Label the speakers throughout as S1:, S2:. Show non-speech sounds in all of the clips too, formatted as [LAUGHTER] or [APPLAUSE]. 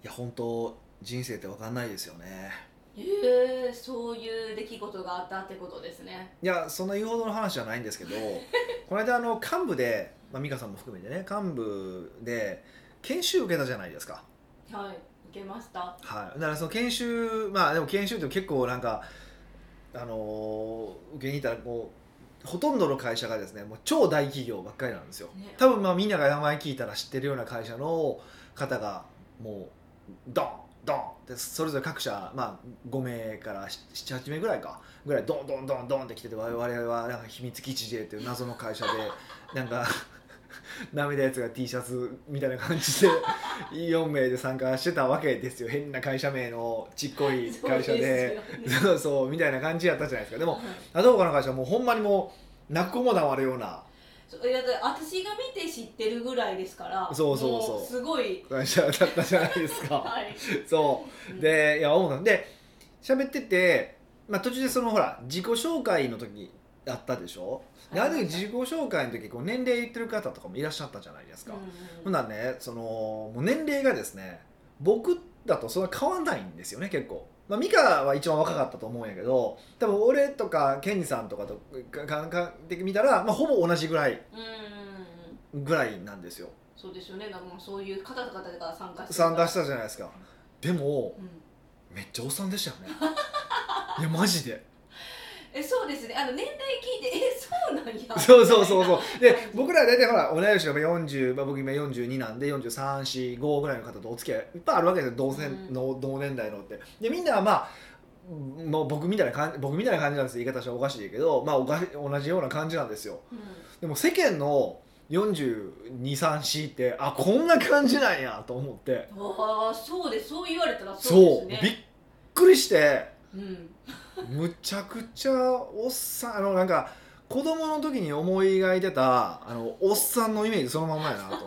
S1: いや本当人生って分かんないですよね
S2: えー、そういう出来事があったってことですね
S1: いやそんな言うほどの話じゃないんですけどこの間あの幹部で、まあ、美香さんも含めてね幹部で研修受けたじゃないですか
S2: はい受けました
S1: はい、だからその研修まあでも研修って結構なんかあのー受けに行ったらもうほとんどの会社がですねもう超大企業ばっかりなんですよ
S2: ね
S1: 多分まあみんなが名前聞いたら知ってるような会社の方がもうドンドンってそれぞれ各社、まあ、5名から78名ぐらいかぐらいドンドンドンドンって来てて我々はなんか秘密基地でっていう謎の会社でなんか舐めたやつが T シャツみたいな感じで4名で参加してたわけですよ変な会社名のちっこい会社でそ
S2: そう
S1: う
S2: すよね
S1: そうみたいな感じやったじゃないですかでも
S2: はい
S1: あどうかの会社はもうほんまにもう泣く子も黙るような
S2: そういやだって私が見て知ってるぐらいですから
S1: そうそうそう
S2: もすごい
S1: 会社だったじゃないですか。 [LAUGHS]
S2: はい
S1: そううんでいや思うので喋ってて、まあ、途中でそのほら自己紹介の時あったでしょである時自己紹介の時こう年齢言ってる方とかもいらっしゃったじゃないですか、
S2: うん
S1: ほんならねそのもう年齢がですね僕だとそんな変わんないんですよね結構、まあ、美香は一番若かったと思うんやけど多分俺とかケンジさんとかとか感覚的に見たら、まあ、ほぼ同じぐらい
S2: うんうんうん
S1: ぐらいなんですよ
S2: そうですよねなんかもうそういう方々が参加して、
S1: 参加したたじゃないですかでも
S2: うん
S1: めっちゃおっさんでしたよね
S2: [LAUGHS]
S1: いやマジで
S2: えそうですねあの年代聞いてえ [LAUGHS] そうなんや
S1: そうそうそうそうで
S2: はい
S1: 僕ら大体ほら同い年が40、まあ、僕今42なんで4345ぐらいの方とお付き合いいっぱいあるわけですよ同
S2: う
S1: 年
S2: ん
S1: の、同年代のってでみんなはまあもう僕みたいな感じ僕みたいな感じなんですよ言い方したらおかしいけど、まあ、おかし同じような感じなんですよ
S2: うん
S1: でも世間の4234ってあこんな感じなんやと思って
S2: ああそうですそう言われたら
S1: そう
S2: そうです
S1: び
S2: ね
S1: っくりして
S2: うん
S1: むちゃくちゃおっさんあのなんか子供の時に思い描いてたあのおっさんのイメージそのまんまやなと思っ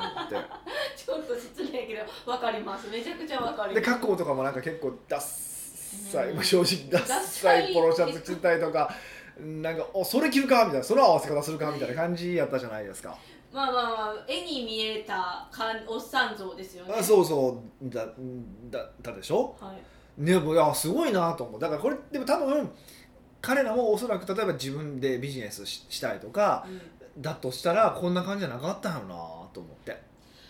S2: ちょっと失礼やけどわかりますめちゃくちゃわかり [LAUGHS]
S1: てで
S2: ま
S1: す過去とかもなんか結構ダッサい、
S2: うん
S1: まあ、正直ダッサいポロシャツ着てたりとかなんかおそれ着るかみたいなその合わせ方するかみたいな感じやったじゃないですか
S2: まあまあまあ絵に見えたかんおっさん像ですよね
S1: あそうそうだだったでしょ
S2: はい
S1: ねもういやすごいなと思うだからこれでも多分彼らもおそらく例えば自分でビジネスししたいとか
S2: うん、
S1: だとしたらこんな感じじゃなかったよなと思って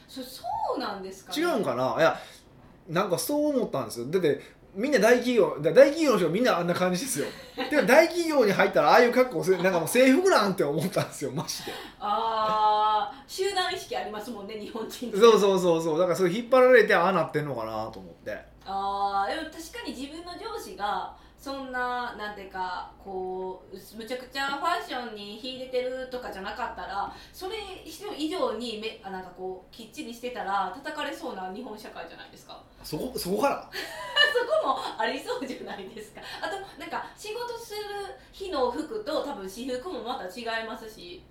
S2: そそうなんですか、
S1: 違うんかないやなんかそう思ったんですよだってみんな大企業だ大企業の人みんなあんな感じですよで大企業に入ったらああいう格好するなんかもう制服なんて思ったんですよマジで
S2: ああ集団意識ありますもんね日本人って
S1: そうそうそうそうだからそれ引っ張られてああなってんのかなと思って
S2: あーでも確かに自分の上司がそんななんていうかこうむちゃくちゃファッションに秀でてるとかじゃなかったらそれ以上にめあなんかこうきっちりしてたら叩かれそうな日本社会じゃないですか
S1: そこそこから
S2: そこもありそうじゃないですかあとなんか仕事する日の服と多分私服もまた違いますし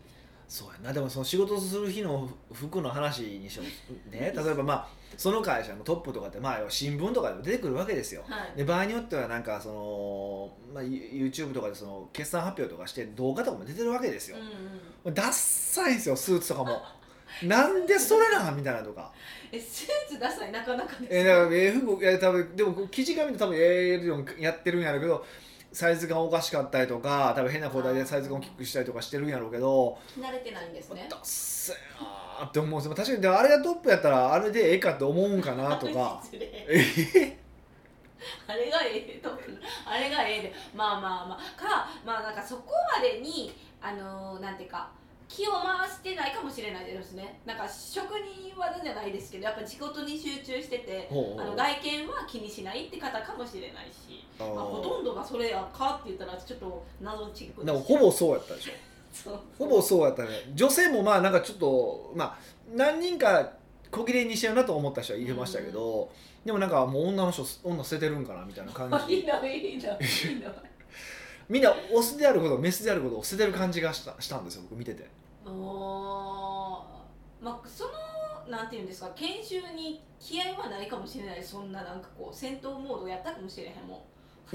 S1: そうやなでもその仕事する日の服の話にしようね例えばまあその会社のトップとかってまあ新聞とかでも出てくるわけですよ
S2: はい
S1: で場合によってはなんかその、まあ、ユ YouTube とかでその決算発表とかして動画とかも出てるわけです
S2: う
S1: よ
S2: ん、うん、
S1: ダッサいんですよスーツとかも [LAUGHS] なんでそれなんみたいなのとか
S2: えスーツダサいなかなかです
S1: えー、だからええ服いや多分でもこう生地紙で多分ええのやってるんやろうけどサイズ感おかしかったりとか多分変な交代でサイズ感大きくしたりとかしてるんやろうけど
S2: 慣れてないんですね
S1: ダッサいなーって思うんですよ確かにでもあれがトップやったらあれでええかって思うんかなとか
S2: 失礼
S1: ええ
S2: あれがええとあれがええでまあまあまあかまあなんかそこまでにあのーなんていうか気を回してないかもしれないですねなんか職人技じゃないですけどやっぱ仕事に集中してて
S1: [LAUGHS] ほうほう
S2: あの外見は気にしないって方かもしれないし、
S1: あ
S2: まあ、
S1: の
S2: ほとんどがそれやかって言ったらちょっと謎チック
S1: で
S2: し
S1: もほぼそうやったでしょ
S2: そう
S1: ほぼそうやったね女性もまあなんかちょっとまあ何人か小切れにしてるなと思った人はいましたけど、でもなんかもう女の人女捨ててるんかなみたいな感
S2: [LAUGHS] いい
S1: じ
S2: ないいないいな
S1: [LAUGHS] みんなオスであることメスであることを捨ててる感じがしたしたんですよ僕見てて
S2: もうまあそのなんていうんですか研修に気合はないかもしれないそんななんかこう戦闘モードやったかもしれへんも ん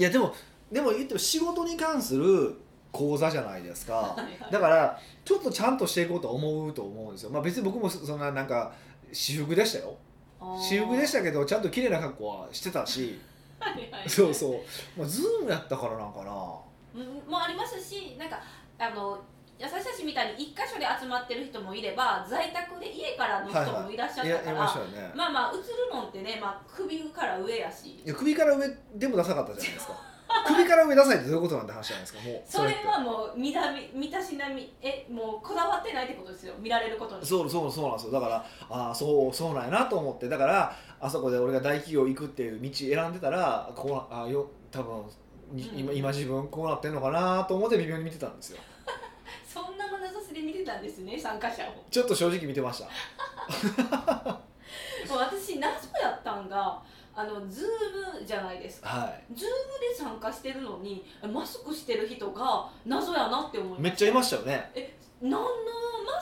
S1: [LAUGHS] いやでもでも言っても仕事に関する講座じゃないですか
S2: はいはい
S1: だからちょっとちゃんとしていこうと思うと思うんですよまあ別に僕もそんななんか私服でしたよ私服でしたたけどちゃんと綺麗な格好はしてたし
S2: はいはい
S1: そうそう、まあ、ズームやったからなんかな
S2: うんもありますしなんかあの優しさしみたいに一箇所で集まってる人もいれば在宅で家からの人もいらっしゃっ
S1: い
S2: た
S1: や
S2: か
S1: や
S2: ら、
S1: りましたよね
S2: まあまあ映るのってね、まあ、首から上やし
S1: いや首から上でもダサかったじゃないです [LAUGHS] か首から上ダサいってどういうことなんて話じゃないですかもう
S2: それ
S1: って
S2: はもう見たみ見たしなみえもうこだわってないってことですよ見られることに
S1: そうそうそうなんですよだからああそうそうなんやなと思ってだからあそこで俺が大企業行くっていう道選んでたらこうなあよ多分に
S2: うん
S1: 今今自分こうなってんのかなと思って微妙に見てたんですよ
S2: そんな眼差しで見てたんですね参加者を
S1: ちょっと正直見てました
S2: もう私謎やったんがあのズームじゃないですか
S1: はい
S2: ズームで参加してるのにマスクしてる人が謎やなって思いました
S1: めっちゃいましたよね
S2: 何のマ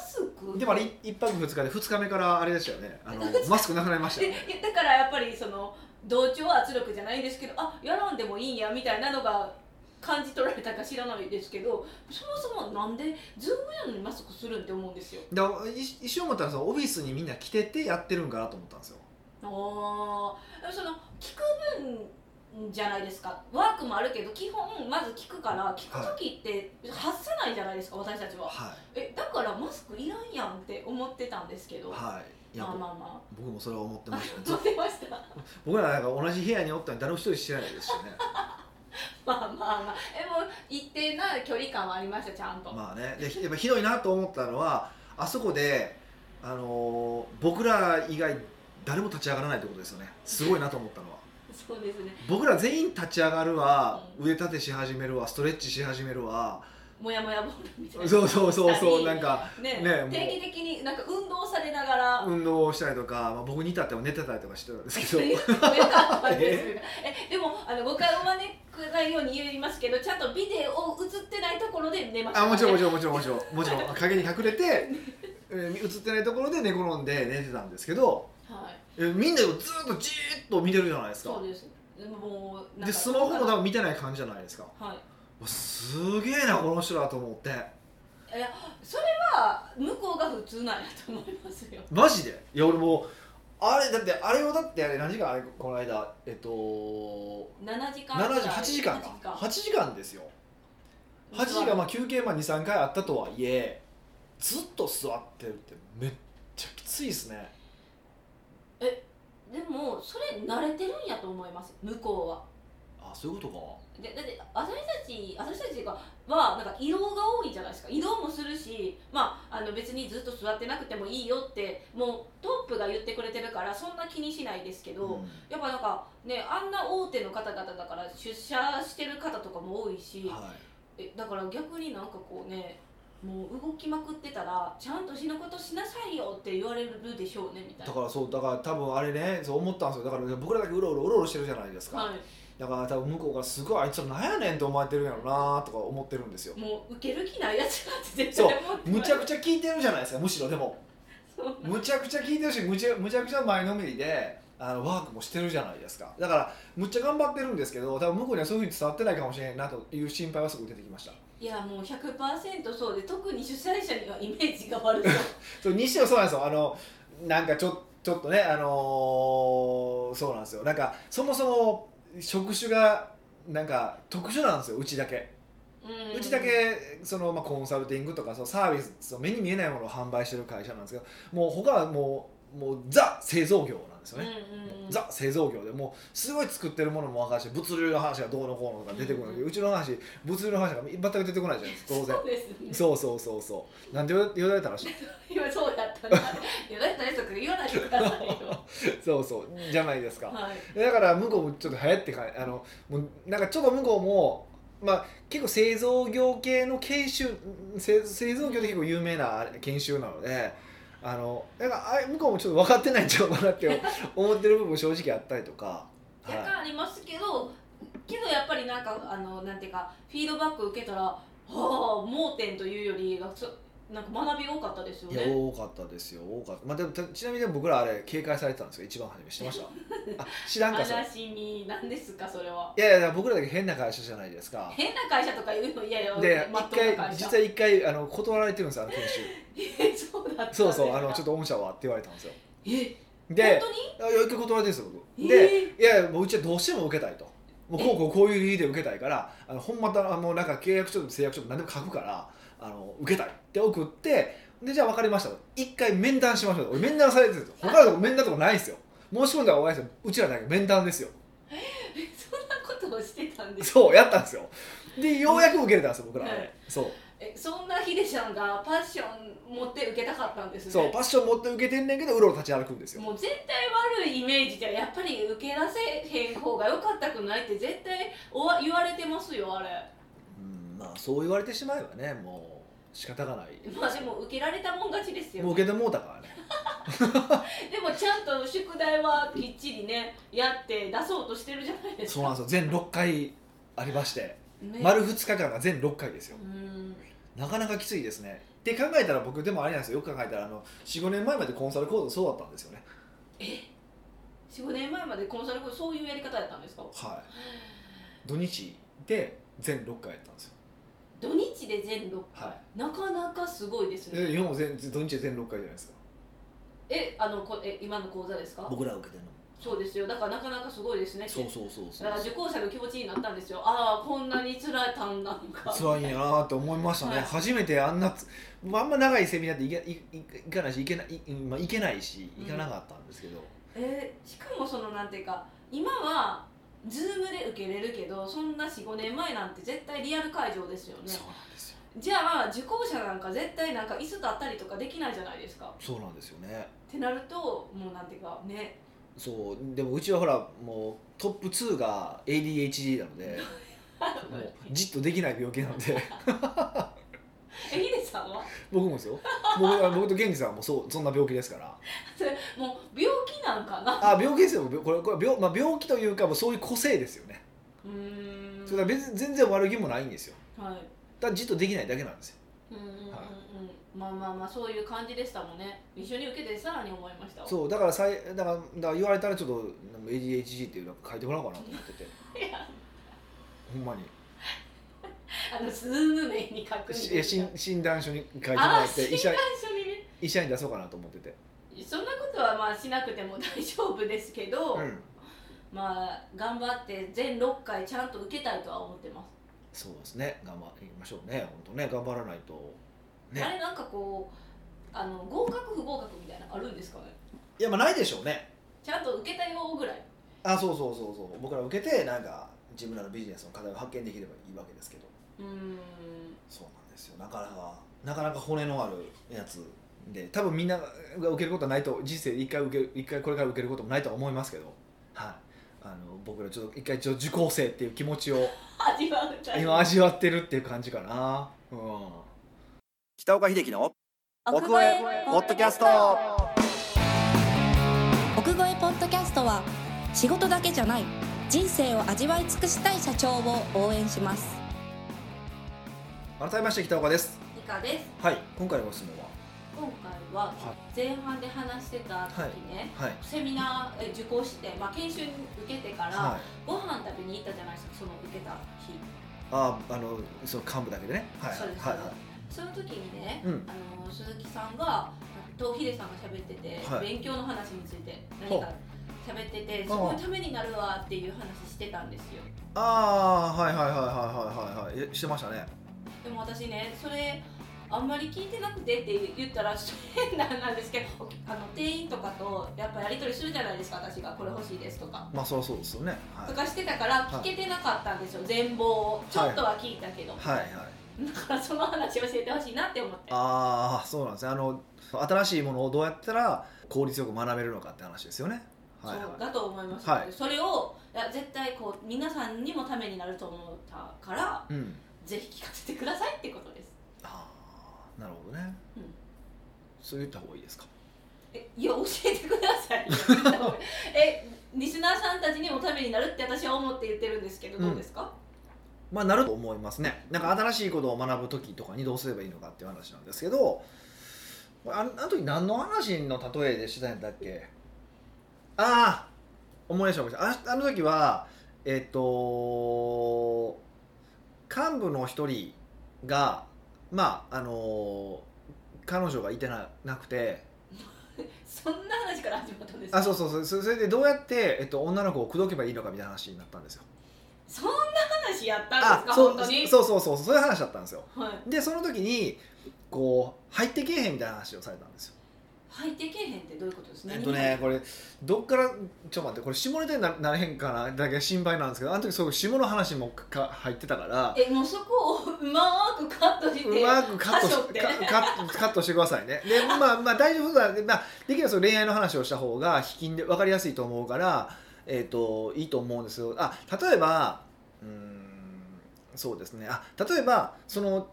S2: スク
S1: でもあれ一泊二日で二日目からあれでしたよね [LAUGHS] あのマスクなくなりました
S2: で
S1: よ
S2: い
S1: ね
S2: やだからやっぱりその同調圧力じゃないですけどあやらんでもいいんやみたいなのが感じ取られたか知らないですけどそもそもなんでズームやのにマスクするんって思うんですよ
S1: だからい一瞬思ったらそのオフィスにみんな来ててやってるんかなと思ったんですよ
S2: ああその聞く分じゃないですかワークもあるけど基本まず聞くから聞く時って発さないじゃないですか私たちは
S1: は
S2: えだからマスクいらんやんって思ってたんですけ
S1: い
S2: どま
S1: はいいや
S2: あまあま
S1: 僕もそれは思って
S2: あ
S1: ました
S2: 思
S1: ね
S2: [LAUGHS] ってました
S1: 僕らなんか同じ部屋におったのに誰も一人知らないですし
S2: [LAUGHS]
S1: ね
S2: まあまあまあえもう一定な距離感はありましたちゃんと、
S1: まあね、でやっぱひどいなと思ったのはあそこで、あのー僕ら以外誰も立ち上がらないってことですよねすごいなと思ったのは
S2: そうですね
S1: 僕ら全員立ち上がるわ
S2: う
S1: 腕立てし始めるわストレッチし始めるわ
S2: もやもやボールみたいな
S1: そうそうそう
S2: [LAUGHS]
S1: そうなんか
S2: ね
S1: ねもう
S2: 定期的になんか運動されながら、
S1: 運動をしたりとか、まあ、僕に至っては寝てたりとかしてたんですけど
S2: 言ってもよかったですが [LAUGHS] えでもあの誤解を招くないように言いますけどちゃんとビデオ映ってないところで寝ました、
S1: あもちろんも
S2: ち
S1: ちろんもちろんもちろんもちろん影に隠れてえー映ってないところで寝転んで寝てたんですけど
S2: ろん、はい、
S1: えーみんなずっとじーっと見てるじゃないですか
S2: そうですもうなんか
S1: でスマホも多分見てない感じじゃないですか
S2: はい
S1: すげえなこの人だと思って
S2: それは向こうが普通なんやと思いますよ
S1: マジでいや俺もうあれだってあれをだってあれ何時間あれこの間えっと
S2: 7時間ぐらい
S1: 78時間か8時間ですよ8時間まあ休憩まあ23回あったとはいえずっと座ってるってめっちゃきついですね
S2: でもそれ慣れてるんやと思います向こうは
S1: あそういうことか
S2: でだって私たち私たちがはなんか移動が多いじゃないですか移動もするし、まあ、あの別にずっと座ってなくてもいいよってもうトップが言ってくれてるからそんな気にしないですけど、やっぱなんかねあんな大手の方々だから出社してる方とかも多いし、
S1: うんは
S2: えだから逆になんかこうねもう動きまくってたらちゃんと仕事しなさいよって言われるでしょうねみた
S1: い、だ
S2: いな。
S1: からそうだから多分あれねそう思ったんですよだから僕らだけうろうろうろうろしてるじゃないですか、
S2: はい、
S1: だから多分向こうがすごいあいつらなんやねんって思われてるんやろなとか思ってるんですよ
S2: もう受ける気ないやつだって絶対思って
S1: むちゃく
S2: ち
S1: ちゃ聞いてるじゃないですかむしろでも
S2: [LAUGHS] そう
S1: むちゃくちゃ聞いてるしむちゃむちゃくちゃ前のめりであのワークもしてるじゃないですかだからむっちゃ頑張ってるんですけど多分向こうにはそういうふうに伝わってないかもしれないなという心配はすごい出てきました
S2: いやもう100%そうで特に主催者にはイメージが悪
S1: [LAUGHS]
S2: そう
S1: そうにしてもそうなんですよあのなんかちょちょっとねあのーそうなんですよなんかそもそも職種がなんか特殊なんですようちだけ
S2: うん
S1: うちだけその、まあ、コンサルティングとかそのサービスその目に見えないものを販売してる会社なんですけどもう他はもうもうザ製造業なんですよね、
S2: うんうん
S1: ザ製造業でもうすごい作ってるものも分かるし物流の話がどうのこうのとか出てくるんだけど、うちの話物流の話が全く出てこないじゃないですか当然
S2: そうですね
S1: そうそうそうそうなんで言われたらしい
S2: 今そうやったんだいやだったらとか言わないでくださいよ
S1: そうそうじゃないですか
S2: はい
S1: だから向こうもちょっと流行ってかあのもうなんかちょっと向こうも、まあ、結構製造業系の研修製製造業で結構有名な研修なのであのなんかあれ向こうもちょっと分かってないんちゃうかなって [LAUGHS] 思ってる部分も正直あったりとか、は
S2: 若干ありますけどけどやっぱりなんかあのなんていうかフィードバック受けたらはあ盲点というよりがそなんか学び多かったですよ
S1: い、いや
S2: ね
S1: 多かったですよ多かった、まあ、でもたちなみに僕らあれ警戒されてたんですよ一番初め知ってました
S2: [LAUGHS]
S1: あ知らんかそれ
S2: 話に何ですかそれはい
S1: やいやだから僕らだけ変な会社じゃないですか
S2: 変な会社とか言うのいやいや
S1: で
S2: まっ
S1: 一
S2: とうな会
S1: 回
S2: 社
S1: 実は一回あの断られてるんですよあの研修
S2: [LAUGHS] えそうだったんですか
S1: そうそうあのちょっと御社はって言われたんですよ
S2: え
S1: で
S2: 本当に
S1: あいや一回断られてるんですよ僕で、
S2: え
S1: いやいやもううちはどうしても受けたいともうこうこうこういう理由で受けたいからあのほんまたもうなんか契約書でも誓約書でも何でも書くからあの受けたいって送ってでじゃあ分かりましたと一回面談しましょうと俺面談されてるんですよ他のとこ面談とかないんですよ申し込んだら終わりですようちらだけ面談ですよ
S2: ーそんなことをしてたんです
S1: そうやったんですよでようやく受けれたんですよ僕ら、
S2: はい
S1: そう
S2: えそんなヒデちゃんがパッション持って受けたかったんですね
S1: そうパッション持って受けてんねんけどうろうろ立ち歩くんですよ
S2: もう絶対悪いイメージじゃやっぱり受けらせへん方が良かったくないって絶対おわ言われてますよあれ
S1: うんまあそう言われてしまえばねもう仕方がない
S2: まあでも受けられたもん勝ちですよ
S1: もう受けてもうたからね
S2: でもちゃんと宿題はきっちりねやって出そうとしてるじゃないです
S1: そう
S2: か
S1: なんですよ全6回ありまして
S2: ね
S1: 丸2日間が全6回ですよ
S2: うん
S1: なかなかきついですねって考えたら僕でもあれなんですよよく考えたらあの45年前までコンサル講座そうだったんですよね
S2: 45年前までコンサルコそういうやり方やったんですか
S1: はい土日で全6回やったんですよ
S2: 土日で全6
S1: は
S2: なかなかすごいです
S1: いで
S2: ね
S1: 日本も全土日で全6回じゃないですか
S2: えあのこえ今の講座ですか
S1: 僕ら受けてるの
S2: そうですよだからなかなかすごいですね
S1: そうそうそうそ
S2: だから
S1: う
S2: 受講者の気持ちになったんですよああこんなに辛いたんなんか
S1: 辛いんやなって思いましたね、
S2: はい
S1: 初めてあんなつあんま長いセミナーって行けいい行かないし行けない,い、まあ、行けないし行かなかったんですけど、
S2: えーしかもそのなんていうか今はズームで受けれるけどそんな45年前なんて絶対リアル会場ですよね
S1: そうなんですよ
S2: じゃあ受講者なんか絶対なんか椅子立ったりとかできないじゃないですか
S1: そうなんですよね
S2: ってなるともうなんていうかね
S1: そうでもうちはほらもうトップ2が ADHD な
S2: [LAUGHS]
S1: のでもうじっとできない病気なので [LAUGHS]
S2: えヒデさんは
S1: 僕もですよ僕あ僕と源氏さんもそうそんな病気ですから
S2: もう病気なんかな
S1: あ病気ですよびょこれこれ病,、まあ、病気というかもうそういう個性ですよね
S2: うーん
S1: それから別に全然悪気もないんですよ
S2: はい
S1: ただじっとできないだけなんですよ
S2: うんうんうんうん、
S1: はい
S2: まあまあまあそういう感じでしたもんね一緒に受けてさらに思いましたわ
S1: そうだからさいだからだから言われたらちょっと ADHD っていうの書いてもらおうかなと思ってて
S2: [LAUGHS] いや
S1: ほんまに
S2: あのスズム面に書くん
S1: しいや
S2: です
S1: し
S2: よ
S1: ん診断書に書いても
S2: あ
S1: ら
S2: あ
S1: って
S2: 診
S1: 医者
S2: 断書にね
S1: 医者に出そうかなと思ってて
S2: そんなことはまあしなくても大丈夫ですけど、
S1: うん
S2: まあ頑張って全6回ちゃんと受けたいとは思ってま
S1: そうですね頑張りましょうね本当ね頑張らないと
S2: す、
S1: ね
S2: あれなんかこうあの合格不合格みたいなのあるんですかね
S1: いやまあないでしょうね
S2: ちゃんと受けたよぐらい
S1: あそうそうそうそう僕ら受けてなんか自分らのビジネスの課題を発見できればいいわけですけど
S2: うーん
S1: そうなんですよなかなかなかなか骨のあるやつで多分みんなが受けることはないと人生で一回受ける一回これから受けることもないとは思いますけどはいあの僕らちょっと一回ちょっと受講生っていう気持ちを
S2: [LAUGHS] 味わうタイプ
S1: 今味わってるっていう感じかなうん北岡秀樹の
S3: 奥越えポッドキャスト
S4: 奥越えポッドキャストは仕事だけじゃない人生を味わい尽くしたい社長を応援します
S1: 改めまして北岡です
S2: 以下です
S1: はい今回のご質問は
S2: 今回は
S1: は
S2: 前半で話してた時ね、
S1: はい
S2: セミナーえ受講して、まあ、研修受けてから、
S1: はい
S2: ご飯食べに行ったじゃないですかその受けた日
S1: ああのその幹部だけでねはい
S2: そうです
S1: はい
S2: そうその時にね、
S1: うん
S2: あの鈴木さんがとヒデさんが喋ってて、
S1: はい
S2: 勉強の話について
S1: ほ
S2: 何
S1: う
S2: か喋っててす
S1: ああ
S2: ごいためになるわっていう話してたんですよ
S1: ああはいはいはいはいはいはいはいえしてましたね
S2: でも私ねそれあんまり聞いてなくてって言ったら [LAUGHS] 変なんなんですけどおあの店員とかとやっぱやり取りするじゃないですか私がこれ欲しいですとか。
S1: まあそりゃそうですよねはい
S2: とかしてたから聞けてなかったんですよ、全貌をちょっとは聞いた
S1: [LAUGHS]
S2: けど、
S1: はいはい
S2: だからその話教えてほしいなって思って
S1: ああそうなんですねあの新しいものをどうやったら効率よく学べるのかって話ですよねはいはい
S2: そうだと思います、
S1: はい
S2: それをいや絶対こう皆さんにもためになると思ったから
S1: うん
S2: ぜひ聞かせてくださいってことです
S1: ああなるほどね、
S2: うん
S1: そう言った方がいいですか
S2: え
S1: [LAUGHS]
S2: いや教えてくださいえリスナーさんたちにもためになるって私は思って言ってるんですけどどうですか、
S1: まあなると思いますねなんか新しいことを学ぶ時とかにどうすればいいのかっていう話なんですけどああの時何の話の例えでしてたんだっけああ思い出した思い出したああの時はえっ、と幹部の一人がまああの彼女がいてななくて
S2: そんな話から始まったんです
S1: あそうそうそうそそれでどうやって、えっと、女の子を口説けばいいのかみたいな話になったんですよ
S2: そんな話やったんですか
S1: そう
S2: 本当に
S1: そうそうそうそういう話だったんですよ
S2: はい
S1: でその時にこう入ってけえへんみたいな話をされたんですよ
S2: 入ってけえへんってどういうことですね
S1: えっとねこれどっからちょっと待ってこれ下ネタにななれへんかなだけ心配なんですけどあの時そういう下の話もか入ってたから
S2: えもうそこをうまーくカットして
S1: うまくカットし
S2: 箇所って
S1: カカットカットしてくださいねでまあまあ大丈夫だ、まあ、できればその恋愛の話をした方が引きで分かりやすいと思うから、えー、といいと思うんですよあ例えばうーんそうですねあ例えばその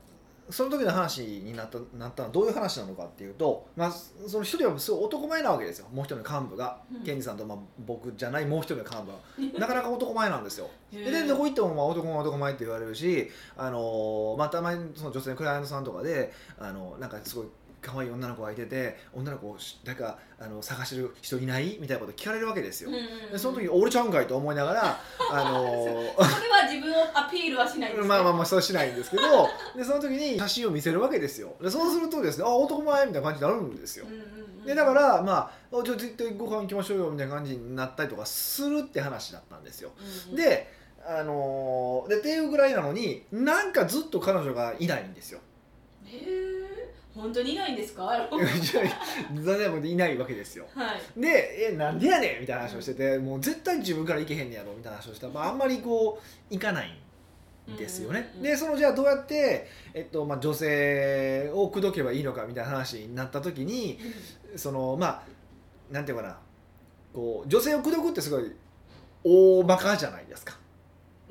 S1: その時の話になったなったのはどういう話なのかっていうと、まあ、その一人はすごい男前なわけですよもう一人の幹部が、
S2: うん
S1: ケンジさんと、まあ、僕じゃないもう一人の幹部はなかなか男前なんですよ
S2: へ
S1: で
S2: ー
S1: でどこ行ってもまあ男も男前って言われるし、あのーまあ、たまにその女性のクライアントさんとかで、あのなんかすごい可愛い女の子がいてて女の子をしなんかあの探してる人いないみたいなこと聞かれるわけですよ、
S2: うんうんう
S1: で
S2: ん
S1: その時俺ちゃうんかいと思いながら、あのー
S2: [LAUGHS] それは自分をアピールはしないんです
S1: [LAUGHS]
S2: ね
S1: まあまあまあそうしないんですけどでその時に写真を見せるわけですよでそうするとですねあ男前みたいな感じになるんですよ
S2: うんうんうん
S1: でだからまああじゃあ絶対ご飯行きましょうよみたいな感じになったりとかするって話だったんですよ
S2: うんうん
S1: で,、あのーでっていうぐらいなのになんかずっと彼女がいないんです
S2: [LAUGHS]
S1: よ
S2: へえ本当にいないんですかはい
S1: いや残念なこといないわけですよで「えなんでやねん」みたいな話をしてて、もう絶対自分から行けへんねやろみたいな話をしたら、まあ、あんまりこう行かないんですよね、
S2: うんうんうん
S1: でそのじゃあどうやって、えっとまあ、女性を口説けばいいのかみたいな話になった時にそのまあなんていうかなこう女性を口説くってすごい大バカじゃないですか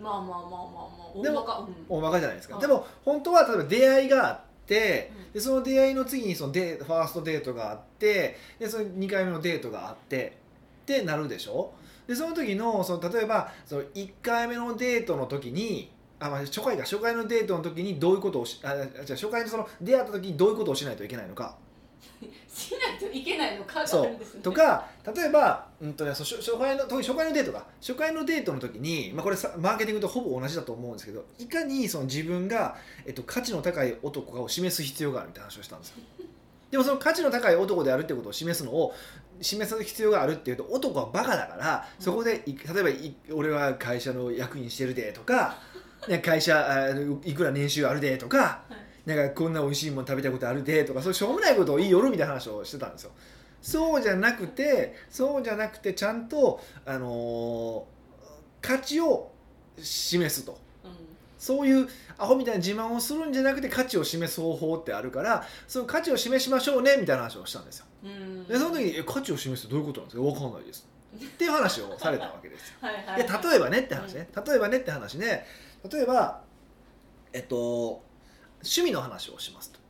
S2: まあまあまあまあまあ大
S1: でも
S2: バカうん
S1: 大バカじゃないですか、
S2: はい
S1: でも本当は例えば出会いがあって
S2: うん
S1: でその出会いの次にそのデーファーストデートがあってでその2回目のデートがあってってなるでしょでその時のその例えばその1回目のデートの時にあ、まあ、初回か初回のデートの時にどういうことをしああ違う初回にその出会った時にどういうことをしないといけないのか
S2: しないといけないのか
S1: そう
S2: があるんですね
S1: とか例えば、うんとね、そう初初回の特に初回のデートが初回のデートの時に、まあ、これさマーケティングとほぼ同じだと思うんですけどいかにその自分が、えっと、価値の高い男を示す必要があるみたいな話をしたんですよでもその価値の高い男であるってことを示すのを示す必要があるっていうと男はバカだからそこでい例えばい「俺は会社の役員してるで」とか「ね、会社あいくら年収あるで」とか「なんかこんな美味しいもの食べたことあるで」とかそういうしょうもないことを言いよるみたいな話をしてたんですよ。そうじゃなくてそうじゃなくてちゃんと、あのー価値を示すと
S2: うん
S1: そういうアホみたいな自慢をするんじゃなくて価値を示す方法ってあるからその価値を示しましょうねみたいな話をしたんですよ
S2: うん
S1: でその時にえ「価値を示すってどういうことなんですか分かんないです」っていう話をされたわけですよ
S2: はいはいはい
S1: いや例えばねって話ね例えばねって話ね例えばえっと趣味の話をしますと。
S2: うん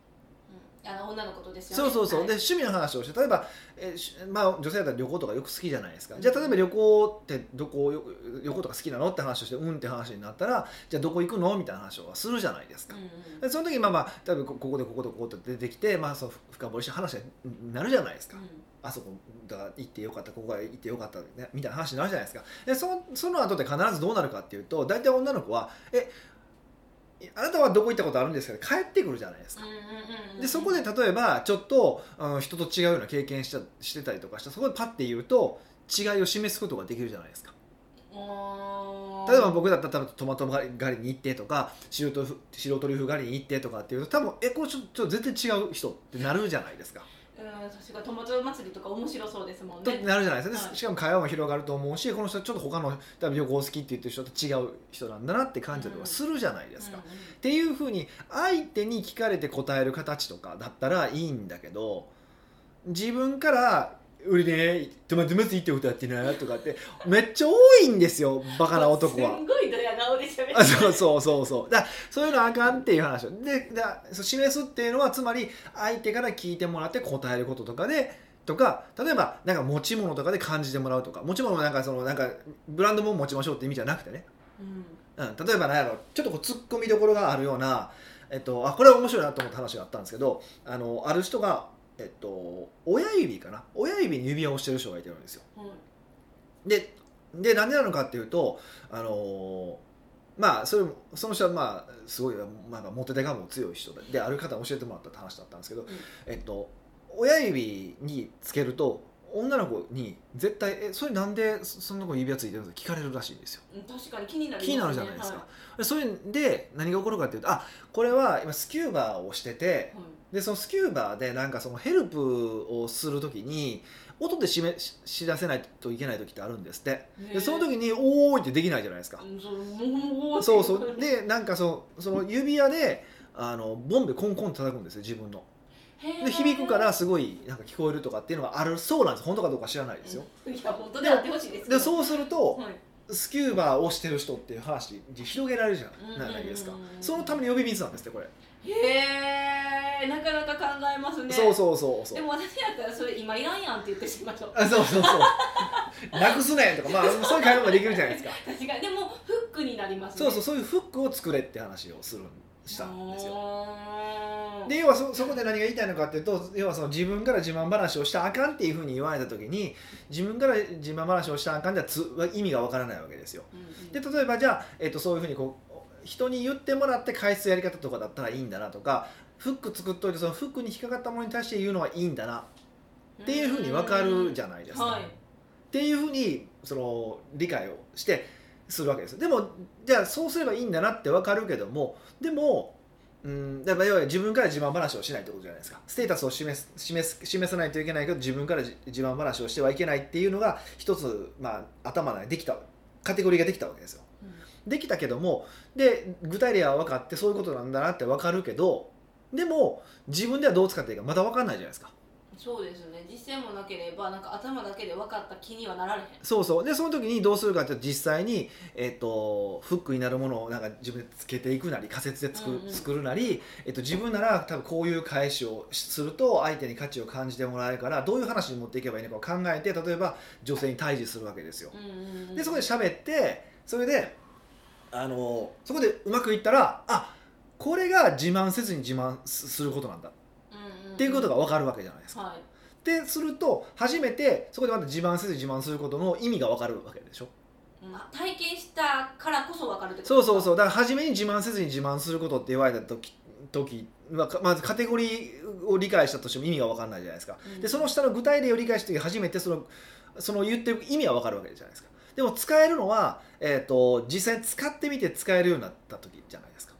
S2: あの女の子とですよ
S1: そ
S2: ね
S1: うそうそう、
S2: はい
S1: で趣味の話をして例えば、えーしまあ、女性だったら旅行とかよく好きじゃないですか、
S2: うん
S1: じゃあ例えば旅行ってどこよ旅行とか好きなのって話をしてうんって話になったらじゃあどこ行くのみたいな話をするじゃないです
S2: う
S1: か
S2: ん、
S1: でその時まあまあ多分こここでここでここで出てきて、まあ、そう深掘りした話になるじゃないですか、
S2: うんうん
S1: あそこだから行ってよかったここが行ってよかった、ね、みたいな話になるじゃないですかでそその後で必ずどうなるかっていうと大体女の子は「えあなたはどこ行ったことあるんですか?」帰ってくるじゃないですか
S2: うんうんうん
S1: でそこで例えばちょっとあの人と違うような経験したしてたりとかしたらそこでパッて言うと違いを示すことができるじゃないですか
S2: あー
S1: 例えば僕だったら多分トマト狩りに行ってとか白トリュフ白トリュフ狩りに行ってとかっていうと多分えこれちょちょっと全然違う人ってなるじゃないですか。
S2: うん確かにトマト祭りとか面白そうですもん
S1: と
S2: ね
S1: なるじゃないですか、
S2: は
S1: で
S2: い
S1: しかも会話も広がると思うしこの人ちょっと他の多分旅行好きって言ってる人と違う人なんだなって感じたりとかするじゃないですか。
S2: うんうん
S1: っていうふうに相手に聞かれて答える形とかだったらいいんだけど自分から「俺ねトマトマスいいってことやってな」とかってめっちゃ多いんですよバカな男は
S2: [LAUGHS] す。んごいドヤ顔で喋って
S1: あそう [LAUGHS] そうそうそうだそういうのあかんっていう話でだそう示すっていうのはつまり相手から聞いてもらって答えることとかでとか例えばなんか持ち物とかで感じてもらうとか持ち物もなんかそのなんかブランドも持ちましょうって意味じゃなくてね
S2: うん
S1: うん、例えば何やろちょっとこうツッコミどころがあるような、えっと、あこれは面白いなと思った話があったんですけどあのある人が、えっと、親指かな親指に指輪をしてる人がいてるんですよ
S2: はい
S1: ででなんでなのかっていうとあのまあそれもその人はまあすごいまあモテ手がも強い人でである方に教えてもらったって話だったんですけど、
S2: ん
S1: えっと親指につけると女の子に絶対「えそれなんでそそんな子指輪ついてるんですか?」聞かれるらしいんですよ
S2: うん確かに気になる、
S1: 気になるじゃないですか、でそれで何が起こるかっていうとあこれは今スキューバをしてて
S2: はいはい
S1: でそのスキューバでなんかそのヘルプをする時に音で示し知らせないといけない時ってあるんですって
S2: ね
S1: でその時に「おーい」ってできないじゃないですか
S2: うんそうもごもごって
S1: そうそうでなんかそのその指輪であのボンベコンコンって叩くんですよ自分の
S2: へー
S1: で響くからすごいなんか聞こえるとかっていうのがあるそうなんです本当かどうか知らないですよ
S2: いや本当であってほしいです
S1: で
S2: う
S1: そうすると
S2: はい
S1: スキューバーをしてる人っていう話に広げられるじゃ
S2: うん
S1: ないですか
S2: うんうんうん
S1: そのために呼び水なんですってこれ
S2: へえなかなか考えますね
S1: そうそうそうそ
S2: で
S1: う
S2: も私やったらそれ今いらんやんって言ってしまいましょう
S1: あそうそうそう
S2: [LAUGHS]
S1: なくすねんとかまあそういう会話もできるじゃないですか
S2: 確かにでもフックになりますね
S1: そうそうそう
S2: う
S1: いうフックを作れって話をするんしたんですよ
S2: よ
S1: で要はそそこで何が言いたいのかっていうと要はその自分から自慢話をしたらあかんっていうふうに言われた時に自分から自慢話をしたらあかんってつ意味がわからないわけですよで例えばじゃあ、えっとそういうふうにこう人に言ってもらって返すやり方とかだったらいいんだなとかフック作っといてそのフックに引っかかったものに対して言うのはいいんだなっていうふうに分かるじ
S2: ゃ
S1: ゃないですか。
S2: はい
S1: っていうふうにその理解をしてするわけですでもじゃあそうすればいいんだなって分かるけどもでもうんだから要は自分から自慢話をしないってことじゃないですかステータスを示す示す示さないといけないけど自分からじ自慢話をしてはいけないっていうのが一つ、まあ、頭の中にできたカテゴリーができたわけですよ。できたけどもで具体例は分かってそういうことなんだなって分かるけどでも自分ではどう使っていいかまだ分かんないじゃないですか
S2: そうですね実践もなければなんか頭だけで分かった気にはなられへん
S1: そうそうでその時にどうするかっていうと実際に、えっとフックになるものをなんか自分でつけていくなり仮説で作,、
S2: うんうん
S1: 作るなり、えっと自分なら多分こういう返しをすると相手に価値を感じてもらえるからどういう話に持っていけばいいのかを考えて例えば女性に対峙するわけですよ。でそこで喋ってそれであのそこでうまくいったらあこれが自慢せずに自慢すすることなんだっ
S2: って
S1: いうこと
S2: が
S1: が分かるわけじゃないですか。
S2: はい
S1: ですると初めてそこでまた自慢せずに自慢することの意味が分かるわけでしょ。
S2: まあ体験したからこそ分かるってこと
S1: そうそう
S2: う
S1: そうだから初めに自慢せずに自慢することって言われた時時まあかまずカテゴリーを理解したとしても意味が分かんないじゃないですか。でその下の具体例を理解した時初めてそのその言ってる意味は分かるわけじゃないですかでも使えるのは、えー、と実際に使ってみて使えるようになった時じゃないですか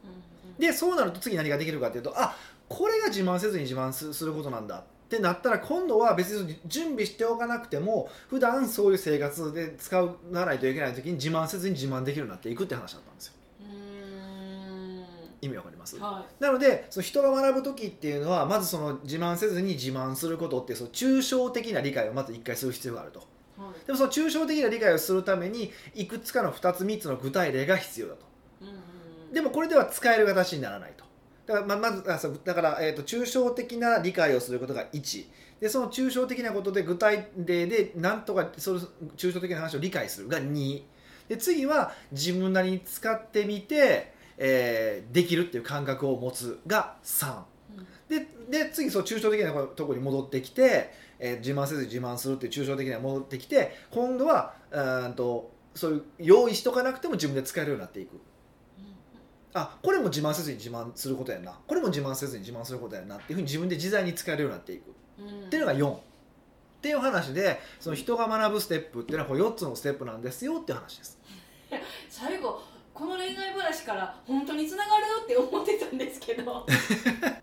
S1: でそうなると次何ができるかっていうとあこれが自慢せずに自慢すすることなんだってなったら今度は別に準備しておかなくても普段そういう生活で使わないといけない時に自慢せずに自慢できるようになっていくって話だったんですよ
S2: うんうん
S1: 意味わかります
S2: は
S1: なのでその人が学ぶ時っていうのはまずその自慢せずに自慢することっていうその抽象的な理解をまず一回する必要があると
S2: いはい
S1: でもその抽象的な理解をするためにいくつかの2つ3つの具体例が必要だと
S2: うんうん
S1: でもこれでは使える形にならないとだからままずあそうだから、えー、と抽象的な理解をすることが1でその抽象的なことで具体例でなんとかその抽象的な話を理解するが2で次は自分なりに使ってみて、えーできるっていう感覚を持つが3
S2: うん
S1: でで次そう抽象的なところに戻ってきて、えー自慢せずに自慢するっていう抽象的な戻ってきて今度はうーんとそういう用意しとかなくても自分で使えるようになっていくあこれも自慢せずに自慢することやなこれも自慢せずに自慢することやなっていうふうに自分で自在に使えるようになっていくっ
S2: うんうん
S1: ていうのが4っていう話でその人が学ぶステップっていうのはこう4つのステップなんですよっていう話です
S2: 最後この恋愛話から本当につながるって思ってたんですけど
S1: [LAUGHS]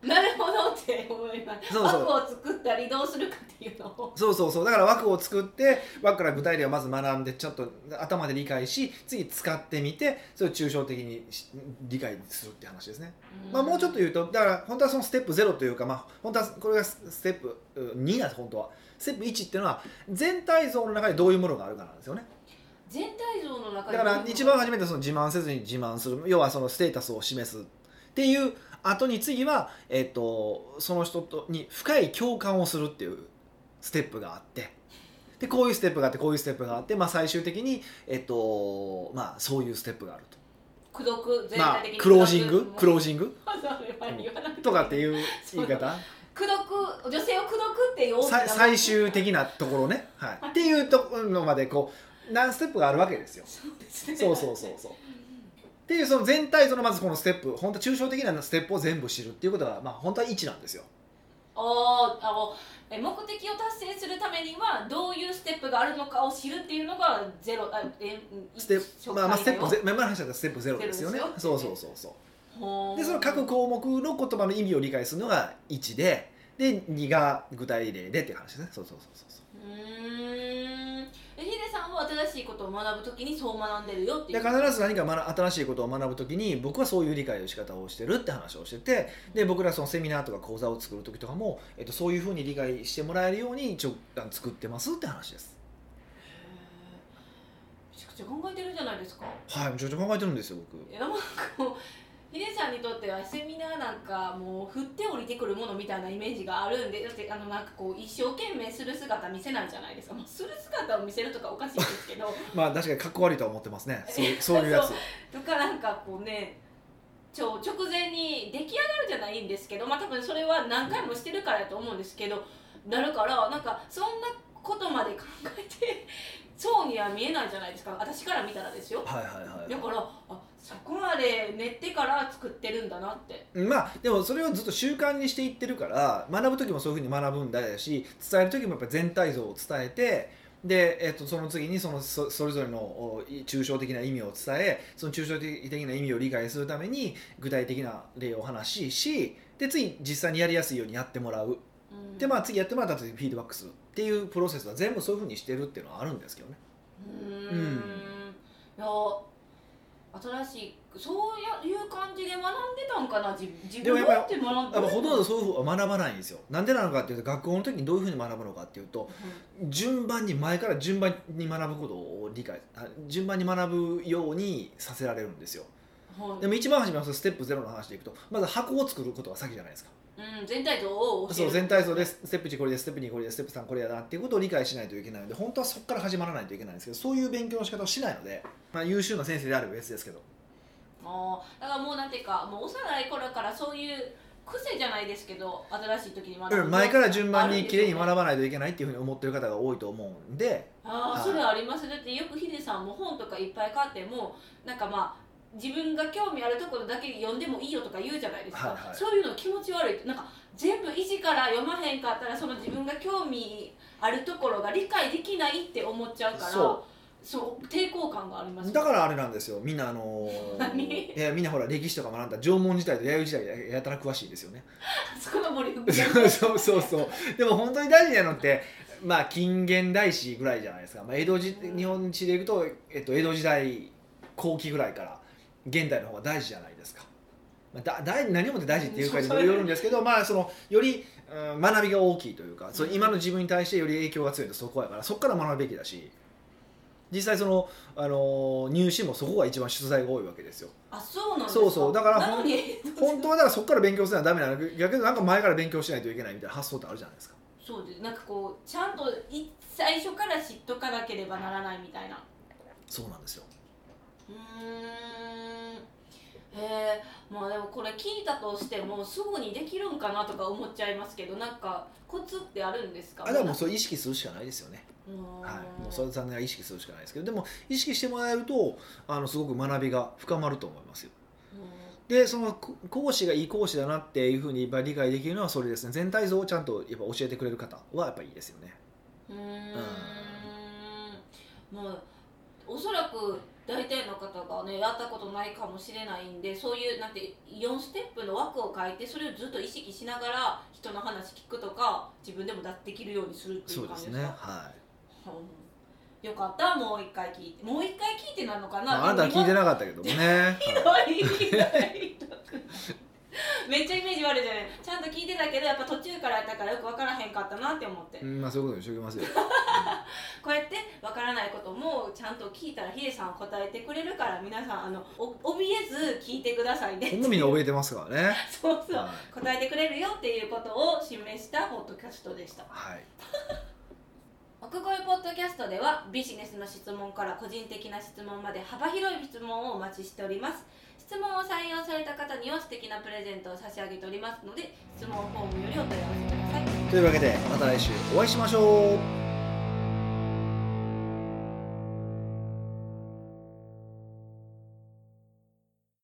S2: なるほどって思います
S1: そうそう
S2: 枠を作ったりどうするかっていうのを
S1: そうそうそうだから枠を作って枠から具体例をまず学んでちょっと頭で理解し次使ってみてそれを抽象的にし理解するって話ですねまあ、もうちょっと言うとだから本当はそのステップ0というか、まあ、本当はこれがスステップうん2なんです本当はステップ1っていうのは全体像の中でどういうものがあるかなんですよね
S2: 全体像の中
S1: だから一番初めてその自慢せずに自慢する要はそのステータスを示すっていう後に次は、えっとその人とに深い共感をするっていうステップがあってでこういうステップがあってこういうステップがあって、まあ、最終的に、えっとまあ、そういうステップがあると。
S2: 孤独全
S1: ま
S2: 体
S1: あ
S2: 的に、
S1: クロージン
S2: 孤独
S1: グクロージング
S2: わざわざ言わなくて [LAUGHS]
S1: とかっていう言い方
S2: 孤独女性を口説くっていう大きな
S1: さ最終的なところね、はい、っていうところまでこう何ステップがあるわけですよ
S2: そうですね
S1: そうそうそうそう [LAUGHS] っていうその全体像のまずこのステップ本当抽象的なステップを全部知るっていうことがまあ本当は1なんですよ
S2: おあのえ目的を達成するためにはどういうステップがあるのかを知るっていうのがゼロあえ
S1: ステッ
S2: 一
S1: プまあまあステップゼ
S2: 初回だよ
S1: まあ今の話だったらステップゼロですよね
S2: ゼロです
S1: そ
S2: よ
S1: うそうそうそう
S2: ほー
S1: でその各項目の言葉の意味を理解するのが1でで2が具体例でっていう話ですねそうそうそうそうそう
S2: うーんえヒデさんは新しいことを学ぶときにそう学んでるよってい
S1: で
S2: う
S1: 必ず何か学新しいことを学ぶときに僕はそういう理解の仕方をしてるって話をしててで僕らそのセミナーとか講座を作る時とかも、えっと、そういうふうに理解してもらえるように一応あの作ってますって話です
S2: へーめちゃくちゃ考えてるじゃないですか
S1: はいめちゃくちゃ考えてるんですよ僕
S2: えなんかこうヒデさんにとってはセミナーなんかもう振って降りてくるものみたいなイメージがあるんでだってあのなんかこう一生懸命する姿見せないじゃないですか、まあ、する姿を見せるとかおかしいですけど
S1: まあ確かにかっこ悪いとは思ってます [LAUGHS] ねそうそういうやつ
S2: とかなんかこうねちょ直前に出来上がるじゃないんですけどまあ多分それは何回もしてるからやと思うんですけどなるからなんかそんなことまで考えてそうには見えないじゃないですか私から見たらですよ
S1: はいはい
S2: だ
S1: は
S2: からあそこまで練ってから作ってるんだなって
S1: いまあでもそれをずっと習慣にしていってるから学ぶ時もそういうふうに学ぶんだし伝える時もやっぱ全体像を伝えてで、えっと、その次にそのそそれぞれのおい抽象的な意味を伝えその抽象的な意味を理解するために具体的な例を話ししで次実際にやりやすいようにやってもらう
S2: うん
S1: でまあ次やってもらった時にフィードバックするっていうプロセスは全部そういうふうにしてるっていうのはあるんですけどね
S2: うーん
S1: うん
S2: いや新しいそういう感じで学んでたんかな自自
S1: でもや
S2: 分
S1: っぱ
S2: だって学んで
S1: やっぱほとんどそういうふうは学ばないんですよなんでなのかっていうと学校の時にどういうふうに学ぶのかっていうと順番に前から順番に学ぶことを理解あ順番に学ぶようにさせられるんですよ
S2: うん
S1: でも一番初めのステップゼロの話でいくとまず箱を作ることが先じゃないですか
S2: うん、全体像を教え
S1: そう
S2: る
S1: 全体像でステップ1これですステップ2これですステップ3これやなっていうことを理解しないといけないので本当はそこから始まらないといけないんですけどそういう勉強の仕方をしないので、まあ、優秀な先生であれば別ですけど
S2: あーだからもうなんていうかもう幼い頃からそういう癖じゃないですけど新しい時に学ぶ、
S1: うん前から順番に綺麗に学
S2: ぶ
S1: ばないといけないっていうふうに思ってる方が多いと思うんで
S2: あ
S1: は
S2: あ
S1: い
S2: それありますだってよくヒデさんも本とかいっぱい買ってもなんかまあ自分が興味あるところだけ読んでもいいよとか言うじゃないですか、
S1: はいはい
S2: そういうの気持ち悪いってなんか全部意地から読まへんかったらその自分が興味あるところが理解できないって思っちゃうから
S1: そ
S2: そう抵抗感があります
S1: だからあれなんですよみんなあのー
S2: [LAUGHS]
S1: い
S2: 何
S1: やみんなほら歴史とか学んだ縄文時代と弥生時代ややたら詳しいですよね
S2: そこの森君
S1: [LAUGHS] そうそうそうそうでも本当に大事なのってまあ近現代史ぐらいじゃないですか、まあ、江戸時
S2: うん
S1: 日本史でいくと、えっと、江戸時代後期ぐらいから現代の方が大事じゃないですか、まあ、だ大何をもって大事っていうかにもよるんですけどまあそのより、うん、学びが大きいというかその今の自分に対してより影響が強いとそこやからそこから学ぶべきだし実際その、あの入試もそこが一番出題が多いわけですよ
S2: あそうなんですか
S1: そうそうだから
S2: なのに
S1: 本当はだからそこから勉強するのはダメなの逆になんか前から勉強しないといけないみたいな発想ってあるじゃないですか
S2: そうですなんかこうちゃんとい最初から知っとかなければならないみたいな
S1: そうなんですよ
S2: うーんえー、まあでもこれ聞いたとしてもすぐにできるんかなとか思っちゃいますけどなんかコツってあるんですか
S1: あだからもうそれ意識するしかないですよね、
S2: うーん
S1: はい、もうそれ残念は意識するしかないですけどでも意識してもらえるとあのすごく学びが深まると思いますよ
S2: う
S1: でそのこ講師がいい講師だなっていうふうにやっぱり理解できるのはそれですね全体像をちゃんとやっぱ教えてくれる方はやっぱりいいですよね
S2: ーんもうおそらく大体の方がねやったことないかもしれないんでそういうなんて4ステップの枠を書いてそれをずっと意識しながら人の話聞くとか自分でもだできるようにするってい
S1: そううで
S2: 感じ
S1: す
S2: ですか
S1: ねはい
S2: うんよかったもう一回聞いてもう一回聞いてなのかな、
S1: まあ、あなたは聞いて
S2: い
S1: なかったけどもね、はい
S2: [LAUGHS] めっちゃイメージ悪いじゃないちゃんと聞いてたけどやっぱ途中からやったからよく分からへんかったなって思って、
S1: うんまあそういうことにしておきますよ
S2: こうやって分からないこともちゃんと聞いたらヒデさんは答えてくれるから皆さんあのお怯えず聞いてくださいね [LAUGHS]
S1: 好みに怯えてますからね
S2: そうそう
S1: はい
S2: 答えてくれるよっていうことを示したポッドキャストでした
S1: はい
S2: 奥越ポッドキャストではビジネスの質問から個人的な質問まで幅広い質問をお待ちしております質問を採用された方には素敵なプレゼントを差し上げておりますので質問フォームよりお問い合わせください
S1: というわけでまた来週お会いしましょう